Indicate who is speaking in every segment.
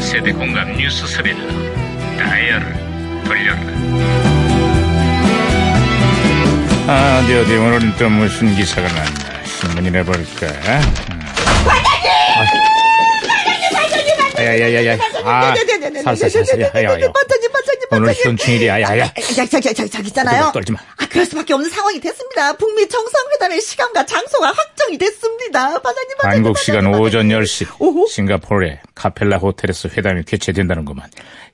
Speaker 1: 세대 공감 뉴스 스릴러 다이얼을 돌려라 아 어디 어디 오늘은 또 무슨 기사가 났나 신문이나 볼까 야야야야
Speaker 2: 네,
Speaker 1: 아 살살살살 야야야
Speaker 2: 버터지 버터지
Speaker 1: 오늘
Speaker 2: 버터지.
Speaker 1: 현충일이야 야야
Speaker 2: 아, 자기 자기 자기 자기 있잖아요.
Speaker 1: 떨지 마.
Speaker 2: 아 그럴 수밖에 없는 상황이 됐습니다. 북미 정상회담의 시간과 장소가 확정이 됐습니다. 반장님 반장님.
Speaker 1: 한국 시간
Speaker 2: 반장님,
Speaker 1: 오전
Speaker 2: 반장님.
Speaker 1: 10시
Speaker 2: 네, 오호.
Speaker 1: 싱가포르의 카펠라 호텔에서 회담이 개최된다는구만.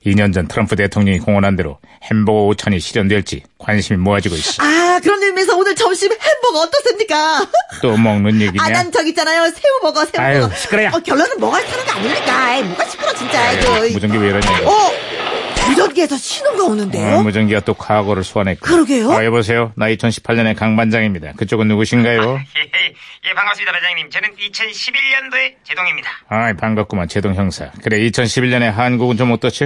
Speaker 1: 2년 전 트럼프 대통령이 공언한 대로 햄버거 오찬이 실현될지 관심이 모아지고 있어.
Speaker 2: 아 그런 의미에서 오늘 점심 햄버거 어떻습니까?
Speaker 1: 또 먹는 얘기냐?
Speaker 2: 아 난 저기 있잖아요. 새우버거 새우버거.
Speaker 1: 아유, 시끄러워.
Speaker 2: 어, 결론은 뭐가 사는 게 아닙니까? 아이, 뭐가 시끄러 진짜 이거.
Speaker 1: 예, 무전기 왜 이러냐? 이거.
Speaker 2: 어 무전기에서 신호가 오는데요.
Speaker 1: 아, 무전기가 또 과거를 소환했고.
Speaker 2: 그러게요.
Speaker 1: 아, 여보세요. 나 2018년의 강반장입니다. 그쪽은 누구신가요?
Speaker 2: 아.
Speaker 3: 예, 예, 반갑습니다, 반장님. 저는 2011년도에 제동입니다.
Speaker 1: 아이, 반갑구만. 제동 형사. 그래, 2011년에 한국은 좀 어떻지?
Speaker 3: 아,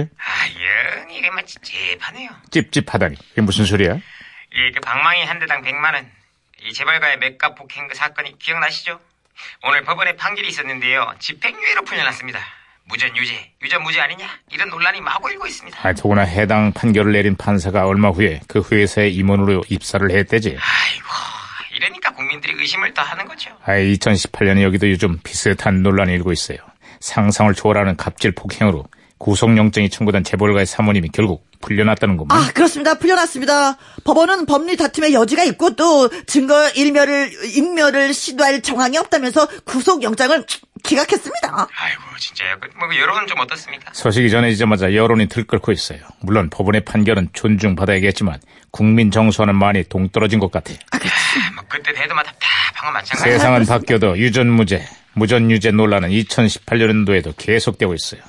Speaker 3: 영, 이게 막 찝찝하네요.
Speaker 1: 찝찝하다니. 그게 무슨 소리야?
Speaker 3: 예, 그 방망이 한 대당 100만원. 이 재벌가의 맥값 폭행 그 사건이 기억나시죠? 오늘 법원에 판결이 있었는데요. 집행유예로 풀려났습니다. 무전유죄, 유전무죄 아니냐? 이런 논란이 마구 일고 있습니다.
Speaker 1: 아, 더구나 해당 판결을 내린 판사가 얼마 후에 그 회사의 임원으로 입사를 했대지.
Speaker 3: 아이고, 이러니까 국민들이 의심을 더 하는 거죠.
Speaker 1: 아, 2018년에 여기도 요즘 비슷한 논란이 일고 있어요. 상상을 초월하는 갑질 폭행으로 구속영장이 청구된 재벌가의 사모님이 결국 풀려났다는 겁니다.
Speaker 2: 아, 그렇습니다. 풀려났습니다. 법원은 법률 다툼의 여지가 있고 또 증거 일멸을 인멸을 시도할 정황이 없다면서 구속 영장을 기각했습니다.
Speaker 3: 아이고, 진짜요. 그, 뭐, 여론은 좀 어떻습니까?
Speaker 1: 소식이 전해지자마자 여론이 들끓고 있어요. 물론 법원의 판결은 존중받아야겠지만 국민 정서와는 많이 동떨어진 것 같아요.
Speaker 3: 아, 뭐, 그때 대도 막 답답한 건 마찬가지.
Speaker 1: 세상은 바뀌어도 유전무죄, 무전유죄 논란은 2018년도에도 계속되고 있어요.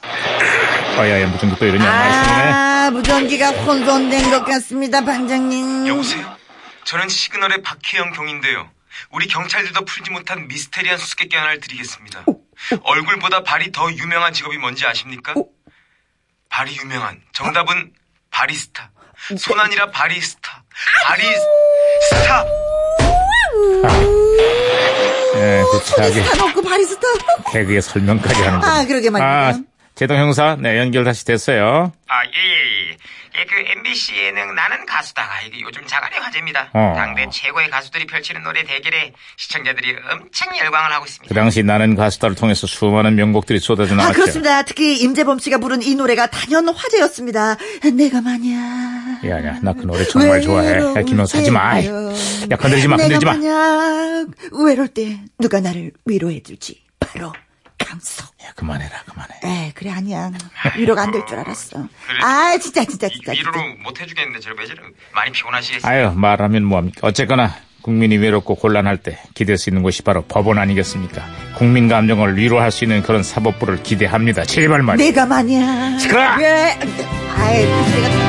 Speaker 1: 아야야 무슨 또 이러냐 말씀이네.
Speaker 2: 아, 무전기가 혼선된 것 같습니다, 반장님.
Speaker 3: 여보세요? 저는 시그널의 박혜영 경인데요. 우리 경찰들도 풀지 못한 미스테리한 수수께끼 하나를 드리겠습니다. 얼굴보다 발이 더 유명한 직업이 뭔지 아십니까? 발이 유명한. 정답은 바리스타. 손 아니라 바리스타. 바리스타!
Speaker 1: 예, 구차하게
Speaker 2: 바리스타 넣고 바리스타.
Speaker 1: 개그의 설명까지 하는 거.
Speaker 2: 아, 그러게
Speaker 1: 아,
Speaker 2: 말입니다.
Speaker 1: 제동 형사, 네 연결 다시 됐어요.
Speaker 3: 아, 예, 예, 예. 예, 그 MBC 예능 나는 가수다. 아, 이게 요즘 자갈의 화제입니다.
Speaker 1: 어.
Speaker 3: 당대 최고의 가수들이 펼치는 노래 대결에 시청자들이 엄청 열광을 하고 있습니다.
Speaker 1: 그 당시 나는 가수다를 통해서 수많은 명곡들이 쏟아져
Speaker 2: 아,
Speaker 1: 나왔죠.
Speaker 2: 그렇습니다. 특히 임재범 씨가 부른 이 노래가 단연 화제였습니다. 내가 만약
Speaker 1: 야, 야, 나 그 노래 정말
Speaker 2: 외로울
Speaker 1: 좋아해. 야, 김영사 하지 마.
Speaker 2: 때요.
Speaker 1: 야, 건드리지 마, 건드리지 마.
Speaker 2: 내가 만약 외로울 때 누가 나를 위로해주지. 바로 강석.
Speaker 1: 야, 그만해라, 그만해.
Speaker 2: 에 그래 아니야. 위로가 안 될 줄 알았어. 아 진짜 진짜 진짜.
Speaker 3: 위로로못 해주겠는데 저를 왜 저를 많이 피곤하시겠어요?
Speaker 1: 아유, 말하면 뭐합니까. 어쨌거나 국민이 외롭고 곤란할 때 기댈 수 있는 곳이 바로 법원 아니겠습니까? 국민 감정을 위로할 수 있는 그런 사법부를 기대합니다. 제발 말이야.
Speaker 2: 내가 만약
Speaker 1: 시끄러워!
Speaker 2: 왜? 아이 그 소리가.